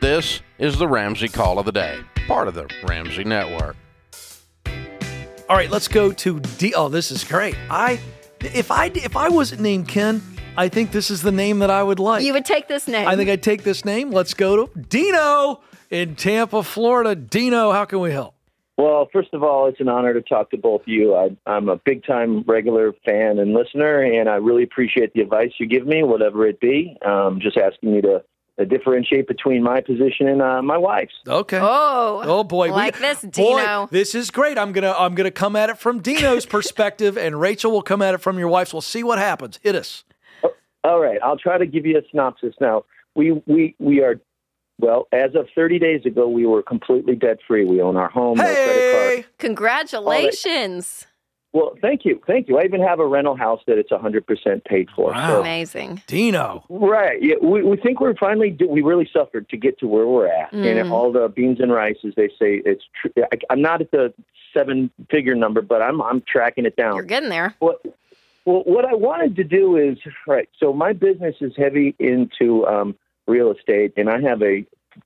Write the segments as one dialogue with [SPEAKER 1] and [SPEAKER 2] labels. [SPEAKER 1] This is the Ramsey Call of the Day, part of the Ramsey Network.
[SPEAKER 2] All right, let's go to D. Oh, this is great. I, if I if I wasn't named Ken, I think this is the name that I would like.
[SPEAKER 3] You would take this name.
[SPEAKER 2] I think I'd take this name. Let's go to Dino in Tampa, Florida. Dino, how can we help?
[SPEAKER 4] Well, first of all, it's an honor to talk to both of you. I, I'm a big time regular fan and listener, and I really appreciate the advice you give me, whatever it be. Um, just asking me to, to differentiate between my position and uh, my wife's.
[SPEAKER 2] Okay.
[SPEAKER 3] oh.
[SPEAKER 2] Oh boy,
[SPEAKER 3] Like this,
[SPEAKER 2] boy,
[SPEAKER 3] Dino.
[SPEAKER 2] this is great. I'm gonna I'm gonna come at it from Dino's perspective, and Rachel will come at it from your wife's. We'll see what happens. Hit us.
[SPEAKER 4] All right, I'll try to give you a synopsis now. We we we are well, as of 30 days ago, we were completely debt free. We own our home, no credit card.
[SPEAKER 2] Hey,
[SPEAKER 3] Congratulations.
[SPEAKER 4] Well, thank you, thank you. I even have a rental house that it's 100% paid for.
[SPEAKER 2] Wow.
[SPEAKER 4] So,
[SPEAKER 3] Amazing.
[SPEAKER 2] Dino.
[SPEAKER 4] right, yeah, we, we think we're finally do, we really suffered to get to where we're at, and all the beans and rice, as they say, it's. Tr- I, I'm not at the seven figure number, but I'm I'm tracking it down.
[SPEAKER 3] You're getting there.
[SPEAKER 4] What, well, what I wanted to do is right. So my business is heavy into um, real estate, and I have a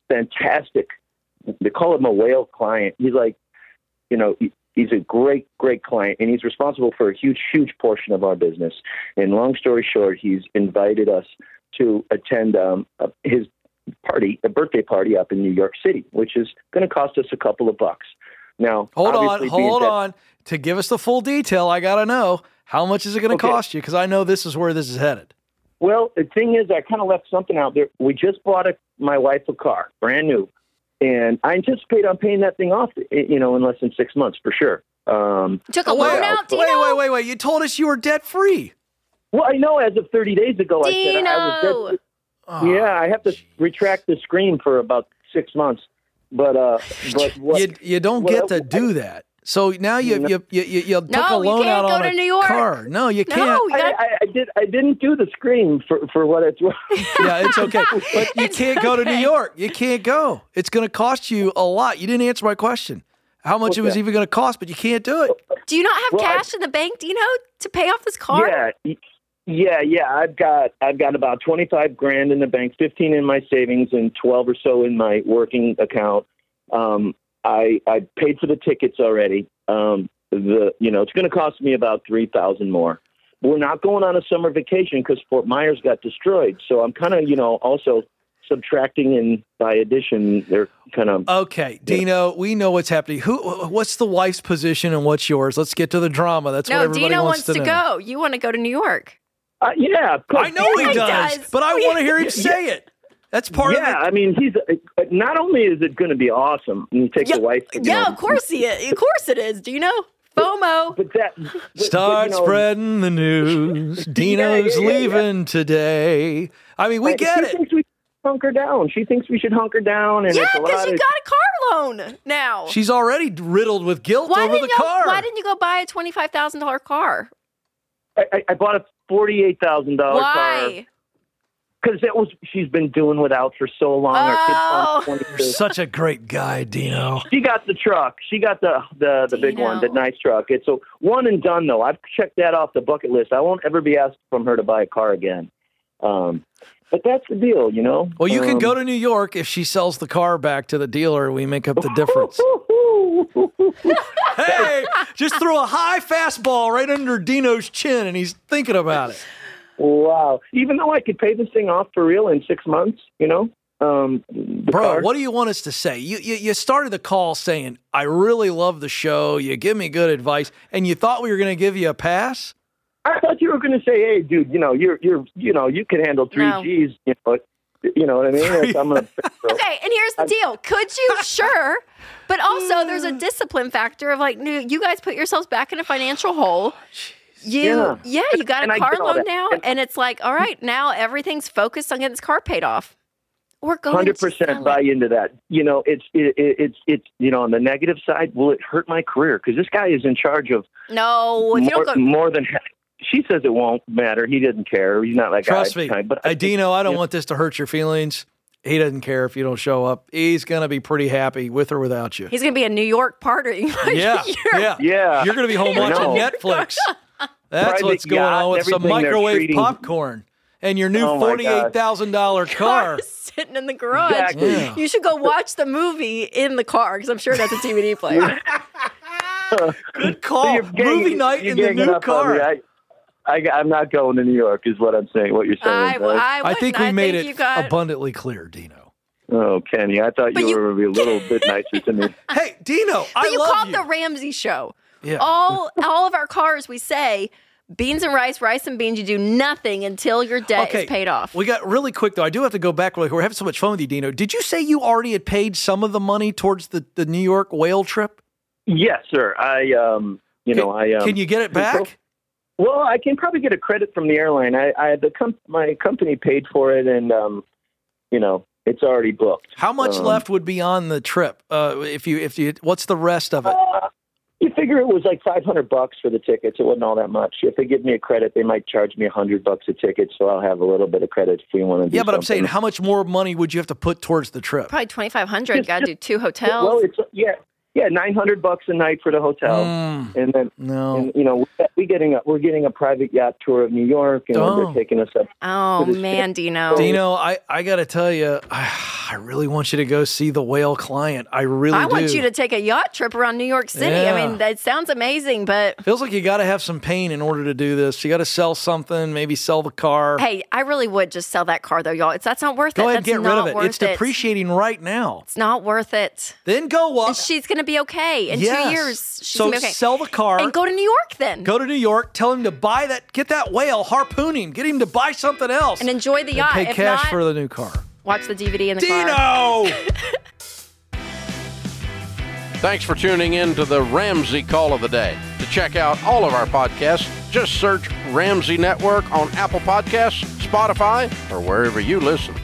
[SPEAKER 4] fantastic. They call him a whale client. He's like, you know, he- he's a great, great client, and he's responsible for a huge, huge portion of our business. And long story short, he's invited us to attend um, uh, his party, a birthday party up in New York City, which is going to cost us a couple of bucks. Now,
[SPEAKER 2] Hold on,
[SPEAKER 4] obviously being
[SPEAKER 2] hold
[SPEAKER 4] that-
[SPEAKER 2] on. To give us the full detail, I gotta know how much is it gonna
[SPEAKER 4] Okay.
[SPEAKER 2] cost you? Because I know this is where this is headed.
[SPEAKER 4] Well, the thing is, I kind of left something out there. We just bought a, my wife a car, brand new, and I anticipate on paying that thing off, i- you know, in less than six months for sure. Um,
[SPEAKER 3] Took a
[SPEAKER 2] wait,
[SPEAKER 3] loan out, Dino.
[SPEAKER 2] wait, wait, wait, wait. You told us you were debt free.
[SPEAKER 4] well, I know as of 30 days ago, I said I
[SPEAKER 3] Dino!
[SPEAKER 4] was.
[SPEAKER 3] Oh.
[SPEAKER 4] Dead, yeah, I have to retract the scream for about six months, but uh, but what?
[SPEAKER 2] you you don't
[SPEAKER 4] what
[SPEAKER 2] get
[SPEAKER 4] I-
[SPEAKER 2] to do that. So now you you you you, you took a
[SPEAKER 3] you
[SPEAKER 2] loan
[SPEAKER 3] can't
[SPEAKER 2] out
[SPEAKER 3] go
[SPEAKER 2] on
[SPEAKER 3] to
[SPEAKER 2] a
[SPEAKER 3] New York.
[SPEAKER 2] car. No, Oh, you
[SPEAKER 3] No,
[SPEAKER 2] can't.
[SPEAKER 3] you
[SPEAKER 4] I,
[SPEAKER 3] gotta-
[SPEAKER 4] I, I did. I didn't do the scream for for what it's worth.
[SPEAKER 2] yeah, it's okay. But you
[SPEAKER 3] It's
[SPEAKER 2] can't go to New
[SPEAKER 3] okay.
[SPEAKER 2] York. You can't go. It's going to cost you a lot. You didn't answer my question. How much it was
[SPEAKER 4] Okay.
[SPEAKER 2] even going to cost, but you can't do it.
[SPEAKER 3] do you not have
[SPEAKER 4] Well, I-
[SPEAKER 3] cash in the bank, Dino, to pay off this car?
[SPEAKER 4] Yeah, y- yeah, yeah. I've got I've got about twenty five grand in the bank, fifteen in my savings, and twelve or so in my working account. Um, I I paid for the tickets already. Um, the you know it's going to cost me about three thousand more. We're not going on a summer vacation because Fort Myers got destroyed, so I'm kind of you know also subtracting and by addition they're kind
[SPEAKER 3] Uh,
[SPEAKER 4] of
[SPEAKER 2] Okay, Dino, we know what's happening. Who? What's the wife's position and what's yours? Let's get to the drama. That's what
[SPEAKER 3] No,
[SPEAKER 2] everybody
[SPEAKER 3] Dino
[SPEAKER 2] wants,
[SPEAKER 3] wants to
[SPEAKER 2] know.
[SPEAKER 3] go. You want to go to New York.
[SPEAKER 4] uh, yeah. of course.
[SPEAKER 2] I know
[SPEAKER 3] Yeah,
[SPEAKER 2] he
[SPEAKER 3] he
[SPEAKER 2] does,
[SPEAKER 3] does.
[SPEAKER 2] but I
[SPEAKER 3] We-
[SPEAKER 2] want to hear him say it. That's part
[SPEAKER 4] yeah,
[SPEAKER 2] of it.
[SPEAKER 4] I mean, he's uh, not only is it going to be awesome. You take
[SPEAKER 3] Yeah,
[SPEAKER 4] the wife. you
[SPEAKER 3] yeah,
[SPEAKER 4] know,
[SPEAKER 3] of course he is. Of course it is, Dino. FOMO.
[SPEAKER 4] But that but- but, you
[SPEAKER 2] Start
[SPEAKER 4] know,
[SPEAKER 2] spreading the news. Dino's
[SPEAKER 4] yeah, yeah, yeah.
[SPEAKER 2] leaving today. I mean, we
[SPEAKER 4] like,
[SPEAKER 2] get
[SPEAKER 4] she
[SPEAKER 2] it.
[SPEAKER 4] Thinks we should hunker down. She thinks we should hunker down, and
[SPEAKER 3] Yeah,
[SPEAKER 4] it's a
[SPEAKER 3] because
[SPEAKER 4] lot
[SPEAKER 3] you
[SPEAKER 4] of.
[SPEAKER 3] got a car loan now.
[SPEAKER 2] She's already riddled with guilt
[SPEAKER 3] why
[SPEAKER 2] over the
[SPEAKER 3] didn't you,
[SPEAKER 2] car.
[SPEAKER 3] Why didn't you go buy a twenty five thousand dollar car?
[SPEAKER 4] I, I- I bought a forty-eight thousand dollars
[SPEAKER 3] Why?
[SPEAKER 4] because that was she's been doing without for so long. Our
[SPEAKER 3] Oh.
[SPEAKER 4] kids turned 22.
[SPEAKER 2] You're such a great guy, Dino.
[SPEAKER 4] She got the truck. She got the the, the big
[SPEAKER 3] Dino.
[SPEAKER 4] one, the nice truck. It's a one and done though. I've checked that off the bucket list. I won't ever be asked from her to buy a car again. Um, but that's the deal, you know. Um,
[SPEAKER 2] Well, you can go to New York if she sells the car back to the dealer and we make up the difference. hey, just threw a high fastball right under Dino's chin and he's thinking about it.
[SPEAKER 4] Wow. Even though I could pay this thing off for real in six months, you know? Um, the
[SPEAKER 2] Bro,
[SPEAKER 4] car.
[SPEAKER 2] what do you want us to say? You, you you started the call saying, "I really love the show. You give me good advice." And you thought we were going to give you a pass?
[SPEAKER 4] I thought you were going to say, "Hey, dude, you know, you're you're you know, you can handle three
[SPEAKER 3] No.
[SPEAKER 4] G's." You know, you know what I mean? It's- I'm gonna,
[SPEAKER 3] Okay, and here's the deal. Could you? Sure. But also there's
[SPEAKER 2] Mm.
[SPEAKER 3] a discipline factor of like no, you guys put yourselves back in a financial hole.
[SPEAKER 2] Oh,
[SPEAKER 3] You
[SPEAKER 4] Yeah.
[SPEAKER 3] yeah, you got
[SPEAKER 4] And
[SPEAKER 3] a
[SPEAKER 4] I
[SPEAKER 3] car
[SPEAKER 4] get all
[SPEAKER 3] loan
[SPEAKER 4] that.
[SPEAKER 3] now
[SPEAKER 4] And-
[SPEAKER 3] and it's like, all right, now everything's focused on getting this car paid off. We're going
[SPEAKER 4] hundred
[SPEAKER 3] to sell
[SPEAKER 4] percent
[SPEAKER 3] it.
[SPEAKER 4] buy into that. You know, it's it, it, it's it's you know, on the negative side, will it hurt my career? Because this guy is in charge of
[SPEAKER 3] No, if you
[SPEAKER 4] more,
[SPEAKER 3] don't go
[SPEAKER 4] more than. half. She says it won't matter. He doesn't care. He's not like
[SPEAKER 2] Trust
[SPEAKER 4] I,
[SPEAKER 2] me,
[SPEAKER 4] I- but
[SPEAKER 2] uh, Dino, I don't
[SPEAKER 4] yeah.
[SPEAKER 2] want this to hurt your feelings. He doesn't care if you don't show up. He's going to be pretty happy with or without you.
[SPEAKER 3] he's gonna be a New York partying. like,
[SPEAKER 2] yeah,
[SPEAKER 3] you're-
[SPEAKER 2] yeah,
[SPEAKER 4] Yeah.
[SPEAKER 2] You're going to be home
[SPEAKER 4] I
[SPEAKER 2] watching
[SPEAKER 4] know.
[SPEAKER 2] Netflix. That's
[SPEAKER 4] Private
[SPEAKER 2] what's going
[SPEAKER 4] yacht,
[SPEAKER 2] on with some
[SPEAKER 4] everything they're
[SPEAKER 2] microwave
[SPEAKER 4] treating-
[SPEAKER 2] popcorn. and your new
[SPEAKER 4] Oh my gosh.
[SPEAKER 2] forty-eight thousand dollar car.
[SPEAKER 3] Car sitting in the garage.
[SPEAKER 4] Exactly.
[SPEAKER 2] Yeah.
[SPEAKER 3] You should go watch the movie in the car because I'm sure that's a DVD player.
[SPEAKER 2] Good call.
[SPEAKER 4] You're ganging-
[SPEAKER 2] Movie Oh, night
[SPEAKER 4] you're
[SPEAKER 2] in the
[SPEAKER 4] ganging
[SPEAKER 2] new
[SPEAKER 4] up on me.
[SPEAKER 2] car.
[SPEAKER 4] I, I, am not going to New York, is what I'm saying. What you're
[SPEAKER 3] I,
[SPEAKER 4] saying? Doug.
[SPEAKER 3] I,
[SPEAKER 2] I think
[SPEAKER 3] wouldn't.
[SPEAKER 2] we made
[SPEAKER 3] you
[SPEAKER 2] it
[SPEAKER 3] got,
[SPEAKER 2] abundantly clear, Dino.
[SPEAKER 4] oh, Kenny, I thought
[SPEAKER 3] But
[SPEAKER 4] you,
[SPEAKER 3] you-
[SPEAKER 4] were a little bit nicer to me.
[SPEAKER 2] Hey, Dino,
[SPEAKER 3] But
[SPEAKER 2] I
[SPEAKER 3] you
[SPEAKER 2] love
[SPEAKER 3] called
[SPEAKER 2] you.
[SPEAKER 3] the Ramsey show.
[SPEAKER 2] yeah.
[SPEAKER 3] All all of our cars, we say beans and rice, rice and beans. You do nothing until your debt
[SPEAKER 2] Okay,
[SPEAKER 3] is paid off.
[SPEAKER 2] We got really quick though. I do have to go back really quick. We're having so much fun with you, Dino. Did you say you already had paid some of the money towards the, the New York whale trip?
[SPEAKER 4] yes, sir. I, um, you know, I. Um,
[SPEAKER 2] Can you get it
[SPEAKER 4] Control-
[SPEAKER 2] back?
[SPEAKER 4] Well, I can probably get a credit from the airline. I, I the com- my company paid for it, and um, you know, it's already booked.
[SPEAKER 2] How much
[SPEAKER 4] Um,
[SPEAKER 2] left would be on the trip? Uh, if you if you what's the rest of it?
[SPEAKER 4] Uh, you figure it was like five hundred bucks for the tickets. It wasn't all that much. If they give me a credit, they might charge me a hundred bucks a ticket, so I'll have a little bit of credit if we want to. Do
[SPEAKER 2] yeah, but I'm saying
[SPEAKER 4] something.
[SPEAKER 2] how much more money would you have to put towards the trip?
[SPEAKER 3] Probably twenty five hundred. Got to do two hotels.
[SPEAKER 4] Well, it's yeah, yeah, nine hundred bucks a night for the hotel,
[SPEAKER 2] Mm,
[SPEAKER 4] and then
[SPEAKER 2] no.
[SPEAKER 4] and, you know we getting a, we're getting a private yacht tour of New York, and
[SPEAKER 2] Oh.
[SPEAKER 4] they're taking us up.
[SPEAKER 3] oh
[SPEAKER 4] it is-
[SPEAKER 3] man, Dino.
[SPEAKER 2] Dino, I, I gotta tell you, I, I really want you to go see the whale client. I really
[SPEAKER 3] I want
[SPEAKER 2] do.
[SPEAKER 3] you to take a yacht trip around New York City.
[SPEAKER 2] Yeah.
[SPEAKER 3] I mean, that sounds amazing, but
[SPEAKER 2] Feels like you got to have some pain in order to do this. You got to sell something, maybe sell the car.
[SPEAKER 3] hey, I really would just sell that car though, y'all. It's that's not worth
[SPEAKER 2] Go
[SPEAKER 3] it.
[SPEAKER 2] ahead and
[SPEAKER 3] that's
[SPEAKER 2] get rid
[SPEAKER 3] not
[SPEAKER 2] of it.
[SPEAKER 3] worth
[SPEAKER 2] It's depreciating right now.
[SPEAKER 3] It's not worth it.
[SPEAKER 2] Then go up.
[SPEAKER 3] And she's gonna be okay in
[SPEAKER 2] Yes.
[SPEAKER 3] two years. She's
[SPEAKER 2] so
[SPEAKER 3] gonna be okay.
[SPEAKER 2] sell the car.
[SPEAKER 3] and go to New York then.
[SPEAKER 2] go to New York. Tell him to buy that. Get that whale. Harpoon him. Get him to buy something else.
[SPEAKER 3] and enjoy the yacht.
[SPEAKER 2] pay
[SPEAKER 3] if
[SPEAKER 2] cash
[SPEAKER 3] not,
[SPEAKER 2] for the new car.
[SPEAKER 3] watch the DVD in the car.
[SPEAKER 2] Dino.
[SPEAKER 1] Thanks for tuning in to the Ramsey Call of the Day. To check out all of our podcasts, just search Ramsey Network on Apple Podcasts, Spotify, or wherever you listen.